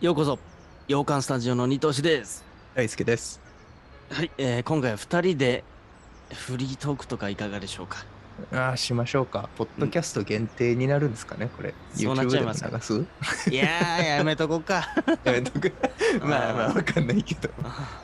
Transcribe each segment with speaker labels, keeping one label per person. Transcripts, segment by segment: Speaker 1: ようこそ洋館スタジオの二頭氏です
Speaker 2: 大輔です。
Speaker 1: はい、えー今回は2人でフリートークとかいかがでしょうか
Speaker 2: ああ、しましょうか。ポッドキャスト限定になるんですかね、これ。
Speaker 1: そうなっ
Speaker 2: YouTube
Speaker 1: ちゃ
Speaker 2: で
Speaker 1: い
Speaker 2: も
Speaker 1: ま
Speaker 2: 流
Speaker 1: すか
Speaker 2: すや
Speaker 1: いやーやめとこうか
Speaker 2: めとく。まあまあ、わかんないけど。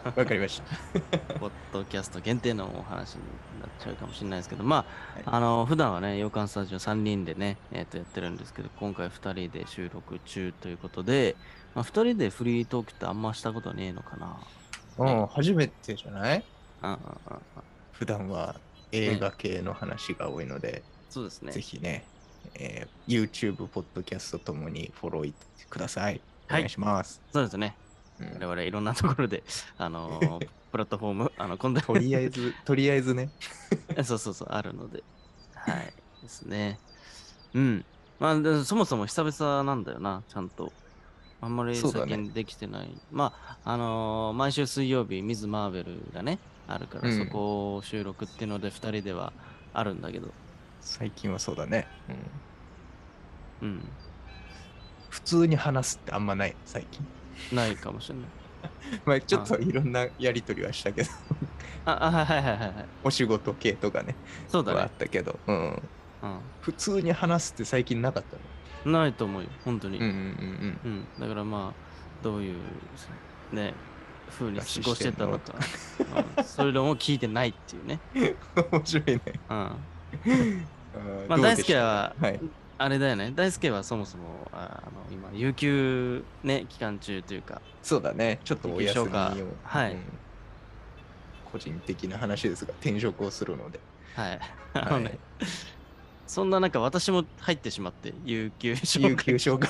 Speaker 2: わかりました。
Speaker 1: ポッドキャスト限定のお話になっちゃうかもしれないですけどま
Speaker 2: はい
Speaker 1: あ、あの普段はね洋館スタジオ3人でね、えー、とやってるんですけど今回2人で収録中ということで、まあ、2人でフリートークってあんましたことねえのかな
Speaker 2: うん、初めてじゃない
Speaker 1: うんうんうんうん
Speaker 2: 普段は映画系の話が多いので、
Speaker 1: そうですね
Speaker 2: ぜひね、えー YouTube、ポッドキャストともにフォローください。お
Speaker 1: はい
Speaker 2: 願いします。
Speaker 1: そうですね
Speaker 2: うん
Speaker 1: 我々いろんなところであの ープラットフォームあのコンテンツ
Speaker 2: とりあえ ず、とりあえずね。
Speaker 1: そうそうそう、あるので。はい。ですね。うん。まあ、でそもそも久々なんだよな、ちゃんと。あんまり
Speaker 2: そう
Speaker 1: 最
Speaker 2: だね
Speaker 1: 近できてない。まあ、あのー毎週水曜日、ミズ・マーベルがね、あるから、
Speaker 2: うん
Speaker 1: そこを収録っていうので、2人ではあるんだけど。
Speaker 2: 最近はそうだね。うん
Speaker 1: うん。
Speaker 2: 普通に話すってあんまない、最近。
Speaker 1: ないかもしれない。
Speaker 2: まあ、ちょっといろんなやりとりはしたけど、
Speaker 1: あ、あはいはいはいはいはい。
Speaker 2: お仕事系とかね。
Speaker 1: そうだ
Speaker 2: はあ
Speaker 1: ね
Speaker 2: っ。たけど、うん、
Speaker 1: う
Speaker 2: 普通に話すって最近なかったの。
Speaker 1: ん。ないと思うよ、本当に。
Speaker 2: うんうん
Speaker 1: うん、だからまあどういうね風に過ごしてたのかうんそれでも聞いてないっていうね、
Speaker 2: うん。面白いね。
Speaker 1: うん、ま
Speaker 2: ま
Speaker 1: あ大好きは、
Speaker 2: はい。
Speaker 1: あれだよね大輔はそもそもああの今有給ね期間中というか
Speaker 2: そうだね。ちょっとお休みを
Speaker 1: 行きましょうか。はい
Speaker 2: うん個人的な話ですが、転職をするので。
Speaker 1: はいあの
Speaker 2: は
Speaker 1: ね、
Speaker 2: い、
Speaker 1: そんな中私も入ってしまって有給消
Speaker 2: 有
Speaker 1: 化
Speaker 2: 給消化。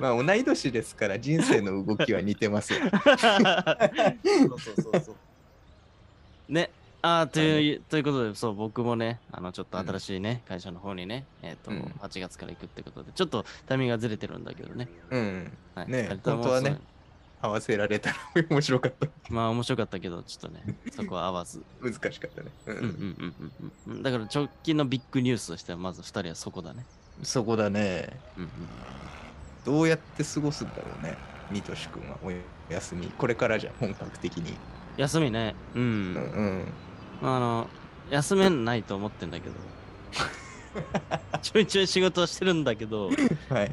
Speaker 2: まあ、同い年ですから、人生の動きは似 てますよ。
Speaker 1: そうそうそうそう。 ね。ああ、という、ということで、そう、僕もね、あの、ちょっと
Speaker 2: うん
Speaker 1: 新しいね、会社の方にね、えっ、と、
Speaker 2: うん
Speaker 1: 8月から行くってことで、ちょっとタイミングがずれてるんだけどね。
Speaker 2: うん。
Speaker 1: はい、
Speaker 2: ねえ
Speaker 1: 二人とも
Speaker 2: 本当はね
Speaker 1: そう
Speaker 2: 合わせられたら面白かった。
Speaker 1: まあ、面白かったけど、ちょっとね、そこは合わず。
Speaker 2: 難しかったね。う
Speaker 1: うんうん
Speaker 2: ん。
Speaker 1: うんうんうん。だから、直近のビッグニュースとしては、まず二人はそこだね。
Speaker 2: そこだね。
Speaker 1: うんうん。
Speaker 2: どうやって過ごすんだろうね。みとしくんはお休み。これからじゃん本格的に。
Speaker 1: 休みね。うん。
Speaker 2: うんうん。
Speaker 1: あの、休めないと思ってんだ けど。ちょいちょい仕事はしてるんだけど。
Speaker 2: はい。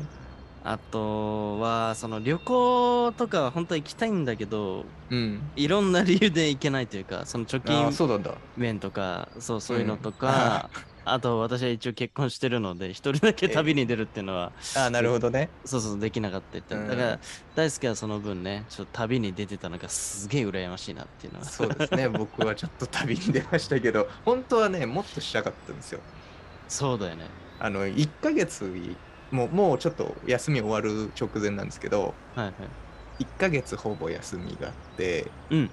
Speaker 1: あとは、その旅行とかは本当は行きたいんだけど、
Speaker 2: うん。
Speaker 1: いろんな理由で行けないというか、その貯
Speaker 2: ああ、
Speaker 1: 金
Speaker 2: そうなんだ。
Speaker 1: 面とか、そうそういうのと
Speaker 2: うん
Speaker 1: か、あと私は一応結婚してるので、一人だけ旅に出るっていうのは、
Speaker 2: ああ、なるほどね。
Speaker 1: そうそうできなかったって。
Speaker 2: うん
Speaker 1: だから、大好きはその分ね、ちょっと旅に出てたのがすげえ羨ましいなっていうのは。
Speaker 2: そうですね。僕はちょっと旅に出ましたけど、 本当はね、もっとしたかったんですよ。
Speaker 1: そうだよね。
Speaker 2: あの、1ヶ月もう、もうちょっと休み終わる直前なんですけど、
Speaker 1: はいはい。
Speaker 2: 1ヶ月ほぼ休みがあって、
Speaker 1: うん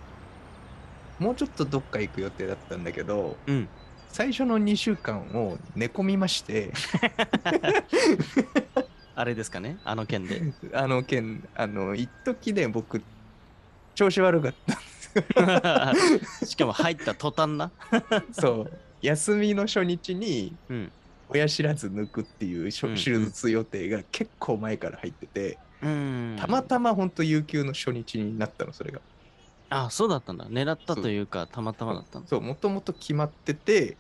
Speaker 2: もうちょっとどっか行く予定だったんだけど、
Speaker 1: うん。
Speaker 2: 最初の2週間を寝込みまして、
Speaker 1: あれですかね、あの件 で。
Speaker 2: あの件、あの、一時で僕、調子悪か った。
Speaker 1: しかも入った途端な。
Speaker 2: そう。休みの初日に
Speaker 1: うん。
Speaker 2: 親知らず抜くっていうしょ
Speaker 1: うんう
Speaker 2: 手
Speaker 1: ん
Speaker 2: 術予定が結構前から入ってて、
Speaker 1: うん。
Speaker 2: たまたま本当有給の初日になったのそれが
Speaker 1: あ、そうだったんだ。狙った
Speaker 2: そう
Speaker 1: というか、たまたまだったんだ。
Speaker 2: そうもともと決まってて
Speaker 1: へ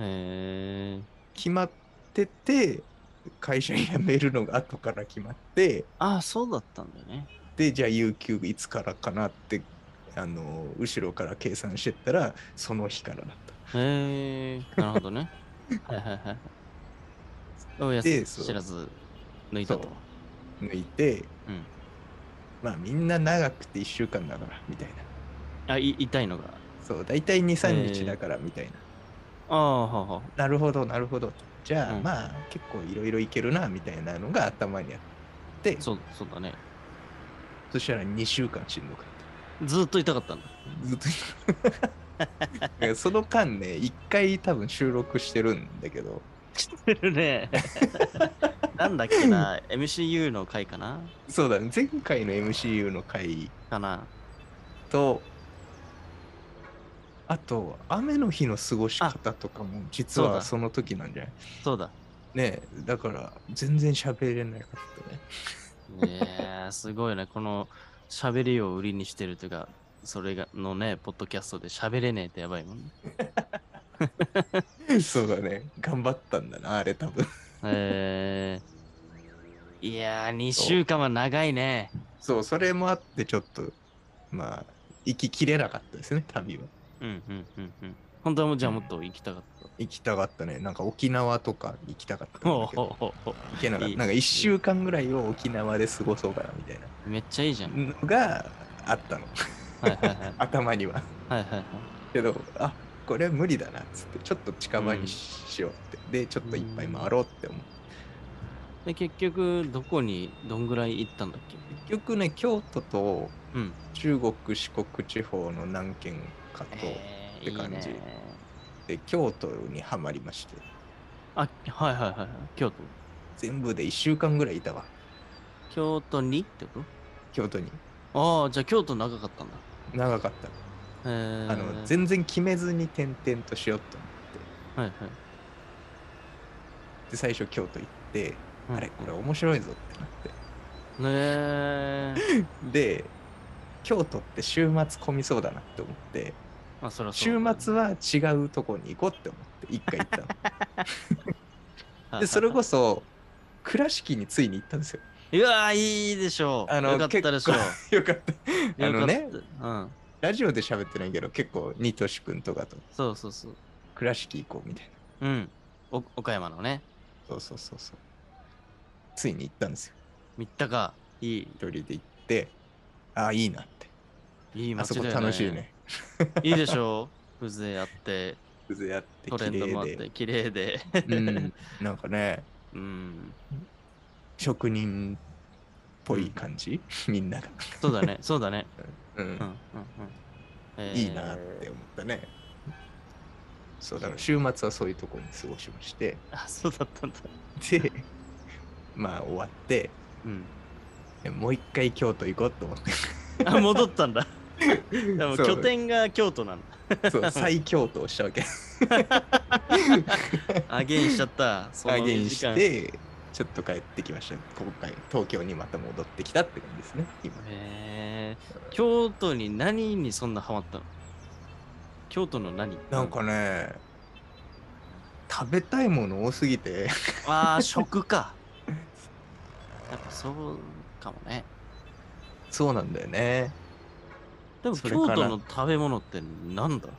Speaker 1: え。
Speaker 2: 決まってて会社辞めるのが後から決まって
Speaker 1: あ、そうだったんだね。
Speaker 2: でじゃあ有給いつからかなってあの後ろから計算してったらその日からだった
Speaker 1: へえ。なるほ どね。はいはいはい。おや
Speaker 2: ですそう
Speaker 1: 知らず抜いたと
Speaker 2: そ。抜いて、
Speaker 1: うん
Speaker 2: まあみんな長くて1週間だからみたいな
Speaker 1: あ、い痛いのが。
Speaker 2: そう大体23
Speaker 1: へ
Speaker 2: 日
Speaker 1: ー
Speaker 2: だからみたいな、
Speaker 1: ああ、はあは
Speaker 2: なるほどなるほどじゃあ、
Speaker 1: うん
Speaker 2: まあ結構いろいろいけるなみたいなのが頭にあって
Speaker 1: あ。
Speaker 2: そ
Speaker 1: そう、そうだね。
Speaker 2: したら2週間しんどかった
Speaker 1: ずっと痛かったんだ。
Speaker 2: ずっと だからその間ね1回多分収録してるんだけど
Speaker 1: 知ってるね。なんだっけな、MCU の回かな
Speaker 2: そうだね前回の MCU の回
Speaker 1: かな。
Speaker 2: とあと雨の日の過ごし方とかも実
Speaker 1: そう
Speaker 2: は
Speaker 1: だ
Speaker 2: その時なんじゃない
Speaker 1: そうだ。
Speaker 2: ねえだから全然喋れなかったね
Speaker 1: ねえ、すごいね。この喋りを売りにしてるというか、それがのね、ポッドキャストで喋れねえってやばいもんね。
Speaker 2: そうだね。頑張ったんだな、あれ多分。
Speaker 1: えー、いやー、2週間は長いね。
Speaker 2: そう、それもあってちょっと、まあ、行ききれなかったですね、旅は。
Speaker 1: うんうんうんうん。本当はもうじゃあもっと行きたかった。
Speaker 2: 行きたかったね。なんか沖縄とか行きたかったん
Speaker 1: ほう
Speaker 2: だけ
Speaker 1: ほ
Speaker 2: ど。
Speaker 1: うほうほ
Speaker 2: 行けなかっ
Speaker 1: いい。
Speaker 2: た。なんか1週間ぐらいを沖縄で過ごそうかなみたいう
Speaker 1: めっちゃいいじゃん。
Speaker 2: なのがあったの、
Speaker 1: はいはいはい。
Speaker 2: 頭には。
Speaker 1: はいはいはい。
Speaker 2: けど、あこれは無理だなっつって、ちょっと近場にしようって。で、ちょっといっぱい回ろうって思って。
Speaker 1: で、結局、どこに、どんぐらい行ったんだっけ
Speaker 2: 結局ね、京都と
Speaker 1: うん。
Speaker 2: 中国、四国地方の何県かと、
Speaker 1: えー、
Speaker 2: って感じ
Speaker 1: いいね。
Speaker 2: で京都にはまりまして、
Speaker 1: あ、はいはいはいはい。京都。
Speaker 2: 全部で1週間ぐらいいたわ、
Speaker 1: 京都にってこ
Speaker 2: 京都に。
Speaker 1: とああ、じゃあ京都長かったんだ。
Speaker 2: 長かっ
Speaker 1: え
Speaker 2: た。
Speaker 1: ー、
Speaker 2: あの全然決めずに転々としようと思
Speaker 1: はいはい。
Speaker 2: って、最初京都行って、
Speaker 1: うん
Speaker 2: あれ、これ面白いぞってなって。
Speaker 1: ねえ。
Speaker 2: で京都って週末混みそうだなって思って
Speaker 1: まあ、そらそ
Speaker 2: 週
Speaker 1: うだね
Speaker 2: 末は違うとこに行こうって思って一回 行ったのでそれこ
Speaker 1: そ。
Speaker 2: そ倉敷についに行ったんですよ
Speaker 1: うわー、いいでしょう。
Speaker 2: あの
Speaker 1: よかったでしょう。
Speaker 2: よかった構あのね
Speaker 1: よかったうん。
Speaker 2: ラジオで喋ってないけど結構ニトシ君とかと
Speaker 1: そうそうそう。
Speaker 2: 倉敷行こうみたいな
Speaker 1: うん。お岡山のね。
Speaker 2: そうそうそうそうついに行ったんですよ
Speaker 1: 三鷹か。いい。
Speaker 2: 一人で行ってああいいなって
Speaker 1: いい
Speaker 2: あ
Speaker 1: 街
Speaker 2: そ
Speaker 1: だ
Speaker 2: こ
Speaker 1: よね。
Speaker 2: 楽しい。ね
Speaker 1: いいでしょ う。風情あって、
Speaker 2: 風情あって
Speaker 1: トレ
Speaker 2: 綺
Speaker 1: ンドもあっ
Speaker 2: 麗で
Speaker 1: て、綺麗で。
Speaker 2: うん なんかね
Speaker 1: うん。
Speaker 2: 職人っぽい感じ、みんなが、
Speaker 1: そうだね。そうだね。
Speaker 2: うん
Speaker 1: うん。うん。うんえー
Speaker 2: いいなって思ったねそうだから週末はそういうところに過ごしまして
Speaker 1: あ、そうだったんだ。
Speaker 2: でまあ終わって
Speaker 1: うん。
Speaker 2: もう一回京都行こうと思って
Speaker 1: あ、戻った んだ。でも
Speaker 2: そう
Speaker 1: 拠点が京都なんだ。
Speaker 2: そう再京都をしたわけ
Speaker 1: アゲインしちゃった。その
Speaker 2: 再現
Speaker 1: 時
Speaker 2: し
Speaker 1: 間。
Speaker 2: てちょっと帰ってきました今回東京にまた戻ってきたって感じですね今
Speaker 1: へえ京都に何にそんなハマったの京都の何
Speaker 2: なんかね食べたいもの多すぎて
Speaker 1: ああ食かやっぱそうかもね
Speaker 2: そうなんだよね
Speaker 1: でも
Speaker 2: そ
Speaker 1: 京
Speaker 2: れから
Speaker 1: 都の食べ物ってなんだへ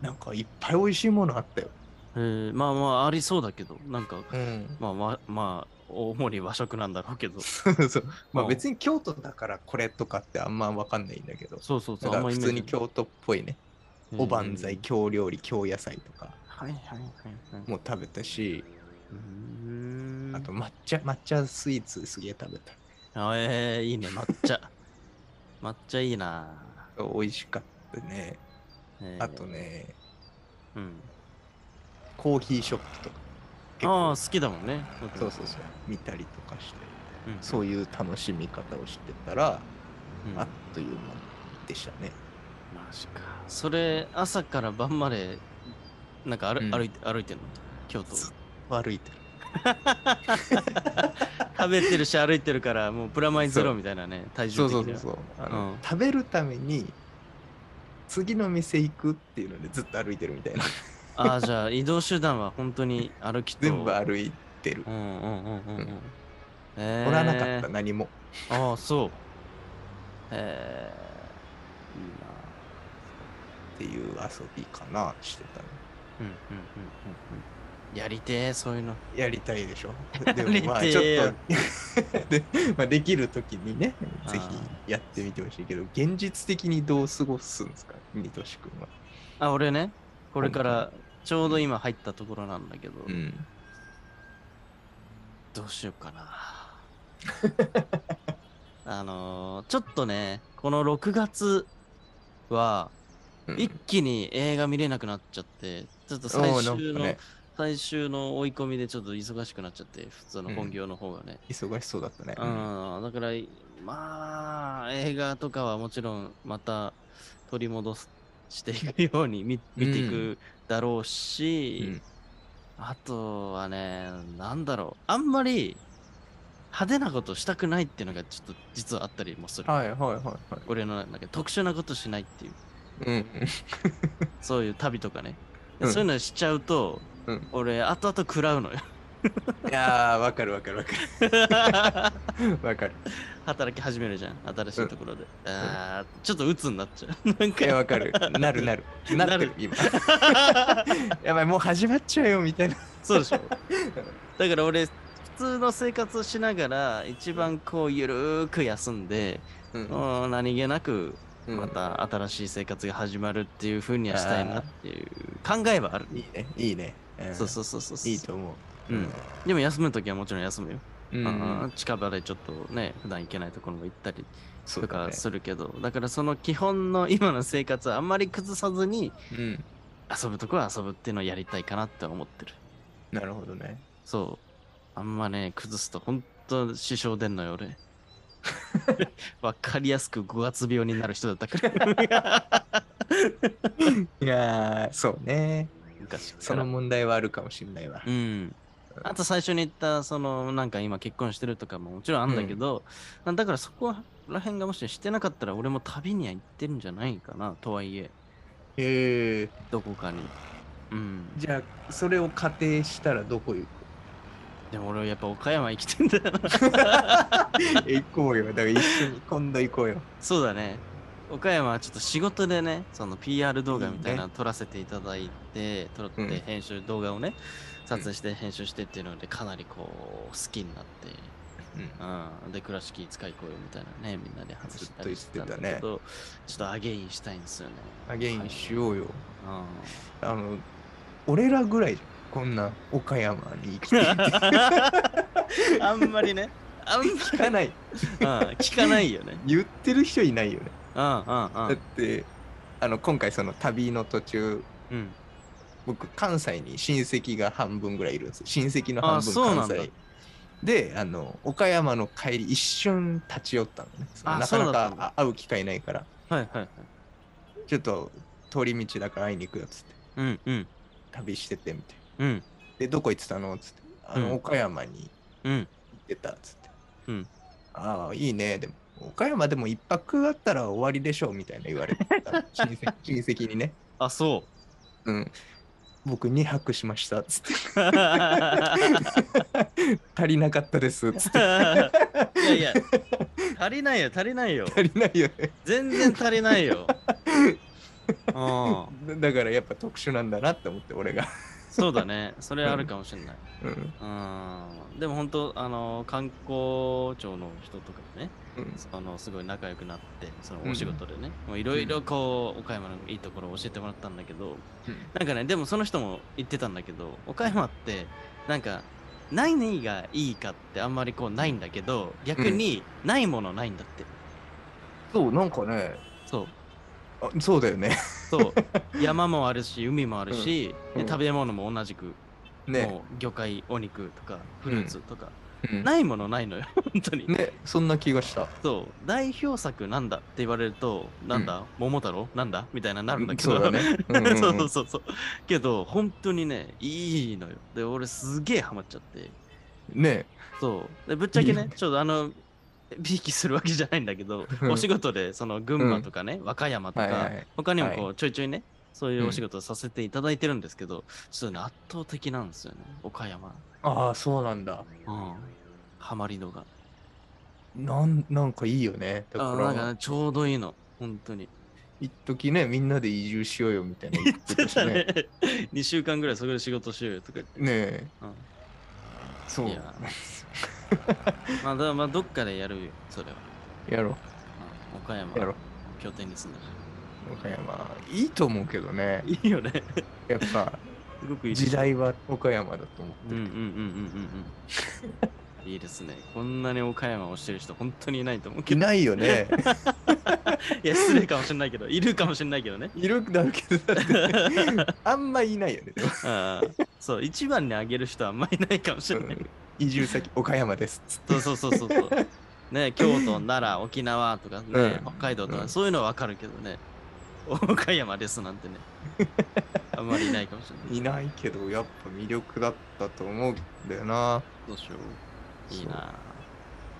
Speaker 2: なんかいっぱい美味しいものあったよ
Speaker 1: えまあまあありそうだけどなんか
Speaker 2: うん
Speaker 1: まあまあまあ主に和食なんだろうけど
Speaker 2: そうそう。ま
Speaker 1: う
Speaker 2: あ
Speaker 1: ん
Speaker 2: 別に京都だからこれとかってあんまわかんないんだけど。
Speaker 1: そうそうそ
Speaker 2: だ
Speaker 1: う
Speaker 2: か
Speaker 1: あん
Speaker 2: ら
Speaker 1: まイ
Speaker 2: 普
Speaker 1: メー
Speaker 2: 通
Speaker 1: ジ
Speaker 2: に京都っぽいね。
Speaker 1: へー
Speaker 2: おばんざい、京料理、京野菜とか
Speaker 1: はいはいはいはい
Speaker 2: も食べたし、
Speaker 1: うーん
Speaker 2: あと抹茶、抹茶スイーツすげえ食べた。
Speaker 1: あえー、いいね抹茶 抹茶いいな
Speaker 2: 美味しかったね。
Speaker 1: へー
Speaker 2: あとね、
Speaker 1: うん
Speaker 2: コーヒーショップとか。結構
Speaker 1: ああ、好きだもんね。
Speaker 2: そうそうそう。見たりとかして、
Speaker 1: うん
Speaker 2: そういう楽しみ方をしてたら、
Speaker 1: うん
Speaker 2: あっという間でしたね。
Speaker 1: マジか。それ、朝から晩まで、なんか歩,、
Speaker 2: うん
Speaker 1: 歩いて歩いてんの京都。
Speaker 2: ずっ歩いてる。
Speaker 1: 食べてるし歩いてるから、もうプラマイゼロみたいなね、体
Speaker 2: そ
Speaker 1: 重
Speaker 2: う
Speaker 1: 的
Speaker 2: そ
Speaker 1: に
Speaker 2: うそう
Speaker 1: は。
Speaker 2: そうあの、
Speaker 1: うん
Speaker 2: 食べるために次の店行くっていうのでずっと歩いてるみたいな
Speaker 1: ああ、じゃあ移動手段は本当に歩きと。
Speaker 2: 全部歩いてる
Speaker 1: うんうんうんうんう
Speaker 2: うん
Speaker 1: ん。え
Speaker 2: 乗らなかった何も
Speaker 1: た。ああ、そう。えー、いいな。
Speaker 2: っていう遊びかなしてたの
Speaker 1: うんうんうんうんうん。やりてー、そういうの。
Speaker 2: やりたい でしょで
Speaker 1: やり
Speaker 2: もまあ
Speaker 1: て
Speaker 2: ちょっ
Speaker 1: えよ
Speaker 2: と で,、まあ、できる時にね
Speaker 1: あー
Speaker 2: ぜひやってみてほしいけど現実的にどう過ごすんですかにとし君は、
Speaker 1: あ、俺ね、これからちょうど今入ったところなんだけど、
Speaker 2: ん、
Speaker 1: どうしようかな。 あのーちょっとね、この6月は、一気に映画見れなくなっちゃって、ちょっと最
Speaker 2: おー
Speaker 1: 終
Speaker 2: なん
Speaker 1: の、
Speaker 2: かね
Speaker 1: 最終の追い込みでちょっと忙しくなっちゃって、普通の
Speaker 2: うん
Speaker 1: 本業の方がね。
Speaker 2: 忙しそうだったね、
Speaker 1: うん、だから、まあ、映画とかはもちろんまた取り戻すしていくように見見ていくだろうし、
Speaker 2: うん
Speaker 1: あとはね、なんだろう。あんまり、派手なことしたくないっていうのがちょっと実はあったりもする。
Speaker 2: はいはいはいは
Speaker 1: 俺のなんか特殊なことしないっていう、
Speaker 2: い。うん。
Speaker 1: そういう旅とかね。
Speaker 2: うん
Speaker 1: そういうのしちゃうと、
Speaker 2: うん
Speaker 1: 俺、後々食らうのよ。
Speaker 2: いやー、わかるわかるわかる。わかる。
Speaker 1: 働き始めるじゃん、新しいところで。ああ、ちょっと鬱になっちゃう。なん
Speaker 2: いや、
Speaker 1: か、
Speaker 2: わかる。なるなる。
Speaker 1: なる
Speaker 2: なってる、今。 やばい、もう始まっちゃうよ、みたいな。
Speaker 1: そう でしょ。だから俺、普通の生活をしながら、一番こう、ゆるーく休んで、
Speaker 2: うん
Speaker 1: もう何気なく、
Speaker 2: うん
Speaker 1: また新しい生活が始まるっていう風にはしたいなっていう考えはある。
Speaker 2: いいね、いいね。ん
Speaker 1: そうそうそうそうそう。
Speaker 2: いいと思う。
Speaker 1: うん。でも休むときはもちろん休むよ。
Speaker 2: う。
Speaker 1: うんん近場でちょっとね、普段行けないところも行ったり
Speaker 2: そ
Speaker 1: と
Speaker 2: うだ
Speaker 1: か
Speaker 2: ね。
Speaker 1: するけど、だからその基本の今の生活はあんまり崩さずに、
Speaker 2: うん。
Speaker 1: 遊ぶとこは遊ぶっていうのをやりたいかなって思ってる。
Speaker 2: なるほどね。
Speaker 1: そう。あんまね、崩すと本当支障出んのよ、 俺。わかりやすく5月病になる人だった から。
Speaker 2: いやー、そうね。
Speaker 1: 昔か
Speaker 2: そ
Speaker 1: ら
Speaker 2: の問題はあるかもしれないわ。
Speaker 1: うん。あと最初に言った、その、なんか今結婚してるとかももちろんあんだけど、だからそこら辺がもししてなかったら俺も旅には行ってるんじゃないかな、とはいえ、
Speaker 2: へえ。
Speaker 1: どこかに。うん。
Speaker 2: じゃあ、それを仮定したらどこ行く
Speaker 1: でも俺はやっぱ岡山生きてんだよな。
Speaker 2: 行こうよ。だから一緒に今度行こうよ。
Speaker 1: そうだね。岡山はちょっと仕事でね、その PR 動画みたいなの撮らせていただいて、撮っ
Speaker 2: うん
Speaker 1: て編集、動画をね、撮影して編集してっていうので、かなりこう、好きになって、
Speaker 2: うん
Speaker 1: うん、で、倉敷いつか行こうよみたいなね、みんなで話したりしてたんだ
Speaker 2: ずっと言
Speaker 1: け
Speaker 2: ってた
Speaker 1: ど、ちょっとアゲインしたいんですよね。
Speaker 2: アゲインしようよ。
Speaker 1: うん。
Speaker 2: あの、俺らぐらいじゃん。こんな岡山に 生きていて
Speaker 1: あんまりね、あんまり、
Speaker 2: 聞かない。
Speaker 1: うん、聞かないよね。
Speaker 2: 言ってる人いないよね。
Speaker 1: うん、うん、う
Speaker 2: だっ
Speaker 1: ん。
Speaker 2: て、あの、今回その旅の途中、
Speaker 1: うん、
Speaker 2: 僕、関西に親戚が半分ぐらいいるんですよ。親戚の
Speaker 1: あ
Speaker 2: 半分
Speaker 1: そうなん
Speaker 2: 関
Speaker 1: だ
Speaker 2: 西。で、あの、岡山の帰り、一瞬立ち寄ったのね。その
Speaker 1: あ
Speaker 2: なか
Speaker 1: そ
Speaker 2: な
Speaker 1: うだったんだ
Speaker 2: か会う機会ないから、
Speaker 1: はい、はい。はい
Speaker 2: ちょっと通り道だから会いに行くよっつって、
Speaker 1: うん、うん、
Speaker 2: 旅しててみたい
Speaker 1: うん、
Speaker 2: な。で、どこ行ってたのっつって、あ
Speaker 1: うん
Speaker 2: の、岡山に
Speaker 1: うん。
Speaker 2: 行ってたっつって。
Speaker 1: うん
Speaker 2: ああ、いいね。でも、岡山でも一泊あったら終わりでしょうみたいな言われ てた親戚親戚にね。
Speaker 1: あ、そう。
Speaker 2: うん。僕2泊しましたっつって。
Speaker 1: い
Speaker 2: 足りなかったですっつって。
Speaker 1: やいや、足りないよ、足りないよ。
Speaker 2: 足りないよね。
Speaker 1: 全然足りないよ。うん、
Speaker 2: だからやっぱ特殊なんだなって思って、俺が。
Speaker 1: そうだね。それあるかもしれない。
Speaker 2: うん。
Speaker 1: うん。でも本当、あの、観光庁の人とかね、
Speaker 2: うん
Speaker 1: あの、すごい仲良くなって、そのお仕事でね、もういろいろこう、岡山のいいところを教えてもらったんだけど、なんかね、でもその人も言ってたんだけど、岡山って、なんか、何がいいかってあんまりこうないんだけど、逆にないものないんだって。
Speaker 2: そう、なんかね、
Speaker 1: そう。
Speaker 2: あそうだ よね。
Speaker 1: そう。山もあるし、海もあるし、
Speaker 2: うん
Speaker 1: で
Speaker 2: うん
Speaker 1: 食べ物も同じく、
Speaker 2: ね。
Speaker 1: もう魚介、お肉とか、フルーツとか、
Speaker 2: うん
Speaker 1: ないものない のよ、本当に。
Speaker 2: ね、そんな気がした。
Speaker 1: そう。代表作なんだって言われると、なんだ、桃太郎なんだみたいななるんだけど。。
Speaker 2: そうだね うんうんうん
Speaker 1: そうそうそうそう。けど、本当にね、いいのよ。で、俺すげえハマっちゃって。
Speaker 2: ね。
Speaker 1: そう。でぶっちゃけ
Speaker 2: いい
Speaker 1: ね、ちょっとあ の、びいきするわけじゃないんだけど、お仕事で、その群馬とかね、和歌山と
Speaker 2: はいは
Speaker 1: か
Speaker 2: いはい、
Speaker 1: 他にもこう、ちょいちょいね、そういうお仕事をさせていただいてるんですけど、ちょっとね、圧倒的なんですよね、岡山。
Speaker 2: ああ、そうなんだ。
Speaker 1: うん。ハマり度が。
Speaker 2: なんなんかいいよね。だ
Speaker 1: あーなん
Speaker 2: か、
Speaker 1: からねちょうどいいの、本当に。
Speaker 2: 一時ね、みんなで移住しようよみたいな言って
Speaker 1: 言
Speaker 2: た
Speaker 1: って
Speaker 2: した
Speaker 1: ね
Speaker 2: ね。、
Speaker 1: 2週間ぐらいそこで仕事しようよとか言って。
Speaker 2: ねえ。
Speaker 1: うん
Speaker 2: そう。
Speaker 1: い
Speaker 2: や
Speaker 1: やーまあ、だからまあ、どっかでやるよ、それは。
Speaker 2: ろう。
Speaker 1: うん岡山
Speaker 2: やろう、
Speaker 1: 拠点に住 んだか
Speaker 2: 岡山。いいと思うけどね
Speaker 1: ら。。いいよね。
Speaker 2: やっぱ、
Speaker 1: すごくいい。
Speaker 2: 時代は岡山だと思っ
Speaker 1: うん
Speaker 2: て
Speaker 1: うんう
Speaker 2: る
Speaker 1: ん
Speaker 2: けど。
Speaker 1: うん うん。いいですね。こんなに岡山をしてる人、本当にいないと思うけ
Speaker 2: い
Speaker 1: ど。
Speaker 2: ないよね。
Speaker 1: いや、失礼かもしれないけど、いるかもしれないけどね。
Speaker 2: いるんだろうけど、だ ってあんまいないよね。でも
Speaker 1: あーそう、一番にあげる人はあんまりいないかもしれない。
Speaker 2: 移住先、岡山ですっつって。
Speaker 1: そうそうそうそうそう。 ね、京都、奈良、沖縄とかね、
Speaker 2: うん
Speaker 1: 北海道とか、
Speaker 2: うん
Speaker 1: そういうのはわかるけどね、岡山ですなんてね、あんまりいないかもしれない。
Speaker 2: いないけど、やっぱ魅力だったと思うんだよな。
Speaker 1: どうしよう。いいなぁだか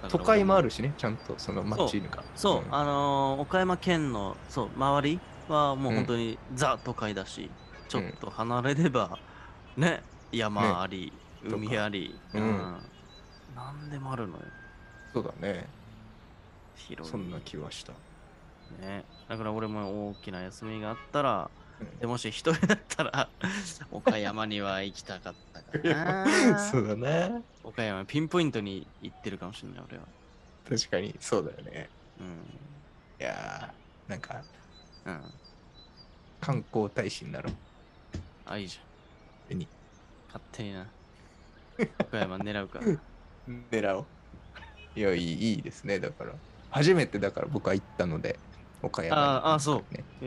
Speaker 2: 都
Speaker 1: ら
Speaker 2: 会もあるしね、ちゃんとその街が。
Speaker 1: そう、
Speaker 2: ん
Speaker 1: あのー岡山県のそう周りはもう本当にザ都会だし、ちょっと離れればね山あり、
Speaker 2: ね
Speaker 1: 海あり、
Speaker 2: とかうん
Speaker 1: 何でもあるのよ
Speaker 2: そうだね。
Speaker 1: 広い
Speaker 2: そんな気はした。
Speaker 1: ねだから俺も大きな休みがあったら
Speaker 2: うん
Speaker 1: でもし一人だったら岡山には行きたかったかな
Speaker 2: そうだね。
Speaker 1: 岡山ピンポイントに行ってるかもしれない俺は
Speaker 2: 確かに、そうだよね。
Speaker 1: う
Speaker 2: いやー、なんか、
Speaker 1: んうん
Speaker 2: 観光大使になろう。
Speaker 1: あいいじゃん
Speaker 2: 何
Speaker 1: 勝手にな岡山狙うから
Speaker 2: 狙おう。いや、いいいいですね、だから。初めてだから僕は行ったので、岡山に、
Speaker 1: あーあーそう
Speaker 2: ね。
Speaker 1: え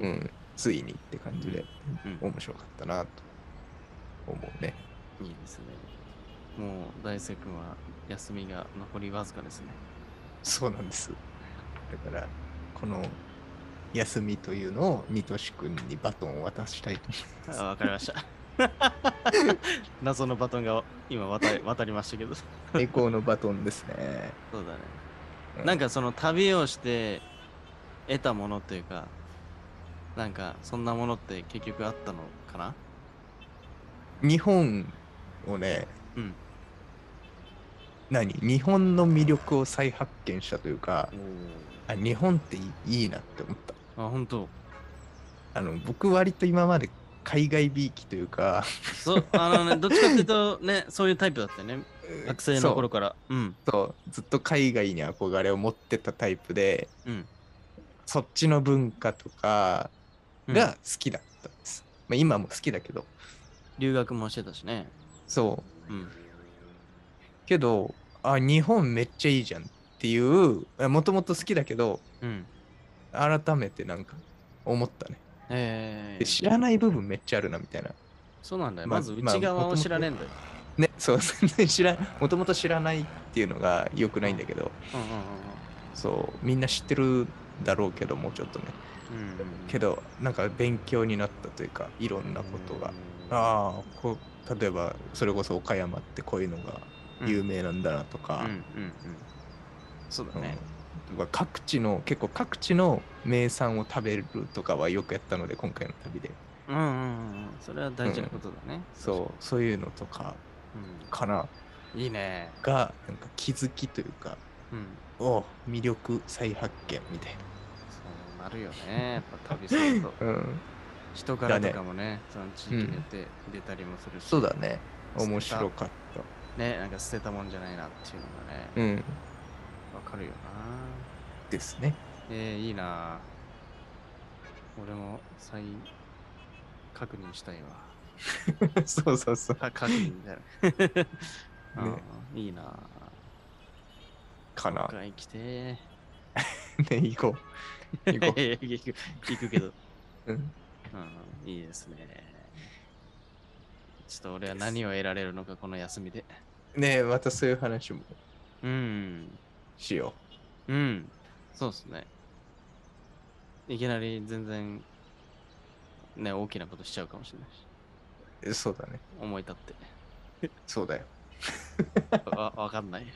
Speaker 1: ー
Speaker 2: うん、ついにって感じで、
Speaker 1: うん
Speaker 2: 面白かったなと思うね。
Speaker 1: いいですねもう大輔君は休みが残りわずかですね
Speaker 2: そうなんです。だから、この休みというのを、みとしくんにバトンを渡したいと
Speaker 1: あわかりました 謎のバトンが今渡り渡りましたけどそ
Speaker 2: 思う。栄光のバトンですね。
Speaker 1: うだねなん
Speaker 2: か、
Speaker 1: かその旅をして得たものというかなんかそんなものって結局あったのかな
Speaker 2: 日本をね、
Speaker 1: うん
Speaker 2: 何日本の魅力を再発見したというか、あ日本っていいいいなって思った。
Speaker 1: あ本当
Speaker 2: あの僕割と今まで海外びいきというか、
Speaker 1: そうあ のねどっちかっていうとねそういうタイプだったよね学生の頃からうん
Speaker 2: そうずっと海外に憧れを持ってたタイプで、
Speaker 1: うん
Speaker 2: そっちの文化とか
Speaker 1: うん
Speaker 2: が好きだったんです。まあ、今も好きだけど。
Speaker 1: 留学もしてたしね
Speaker 2: そう。
Speaker 1: うん
Speaker 2: けど、あ、日本めっちゃいいじゃんっていう、もともと好きだけど、
Speaker 1: うん
Speaker 2: 改めてなんか思ったね。
Speaker 1: え
Speaker 2: で知らない部分めっちゃあるなみたいな。
Speaker 1: そうなんだよ。
Speaker 2: まあ
Speaker 1: まず内側
Speaker 2: まあ
Speaker 1: を知らねえんだよ。
Speaker 2: ね、そう、全然知らもともと知らないっていうのが良くないんだけど、
Speaker 1: うんうん
Speaker 2: そう、みんな知ってるだろうけど、もうちょっとね。
Speaker 1: うんうん。
Speaker 2: けど、なんか勉強になったというか、いろんなことが。
Speaker 1: あ、
Speaker 2: ああこう例えばそれこそ岡山ってこういうのが有名なんだなと
Speaker 1: うん
Speaker 2: か、
Speaker 1: うんうん。そうだね。
Speaker 2: うん各地の結構各地の名産を食べるとかはよくやったので今回の旅で
Speaker 1: うんうんうんうん。それは大事なことだね。
Speaker 2: そうそういうのとかかな
Speaker 1: うん。いいね。
Speaker 2: がなんか気づきというか
Speaker 1: うん。
Speaker 2: おう魅力再発見みたい
Speaker 1: そうなるよ ね。やっぱ旅すると。
Speaker 2: な、うん、
Speaker 1: 人柄とかもね、その地域によって出たりもするし。
Speaker 2: そうだ。ね
Speaker 1: 捨てた
Speaker 2: 面白かった
Speaker 1: ね、なんか捨てたもんじゃないなっていうのがね、
Speaker 2: うん
Speaker 1: わかるよな。
Speaker 2: ですね
Speaker 1: えー、いいな。俺も再確認したいわ。
Speaker 2: そうそうそう
Speaker 1: か確認みたいな
Speaker 2: ね
Speaker 1: うんいいなぁ。
Speaker 2: かな
Speaker 1: 一回来てー。
Speaker 2: ね行こう行こ
Speaker 1: いやいや 行く行くけど、
Speaker 2: う、うん、
Speaker 1: うん。いいですね。ちょっと俺は何を得られるのか、この休みで。
Speaker 2: ねえまたそういう話も
Speaker 1: うん。
Speaker 2: しよ
Speaker 1: うん。そうですね。いきなり全然、ね、大きなことしちゃうかもしれないし。
Speaker 2: うそうだね
Speaker 1: 思い立って。
Speaker 2: そうだよ
Speaker 1: わ わかんない。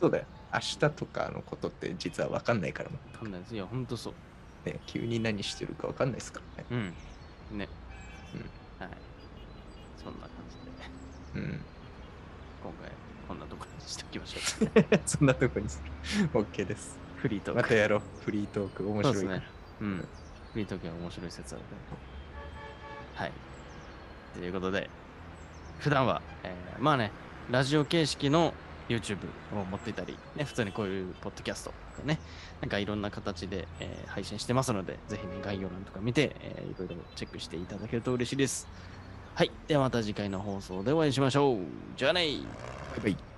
Speaker 2: そうだよ。明日とかのことって実は分かんないからも、
Speaker 1: わかんないです。いや、ほんとそう。
Speaker 2: ね、急に何してるか分かんないですからね。
Speaker 1: うん。ね。
Speaker 2: う
Speaker 1: はい。そんな感じで。
Speaker 2: うん。
Speaker 1: 今回こんなところにしておきましょう。
Speaker 2: そんなとこにする。OK です。
Speaker 1: フリートー
Speaker 2: ま
Speaker 1: ク。
Speaker 2: たやろう。フリートーク面
Speaker 1: そう
Speaker 2: 白
Speaker 1: です
Speaker 2: いから。
Speaker 1: ね。うん。フリートークは面白い説あるね。はい。ということで、普段は、えーまあね、ラジオ形式の YouTube を持っていたり、ね、普通にこういうポッドキャストとかね、なんかいろんな形で、えー配信してますので、ぜひね、概要欄とか見て、えーいろいろチェックしていただけると嬉しいです。はい。ではまた次回の放送でお会いしましょう。じゃあねー。
Speaker 2: バイバイ。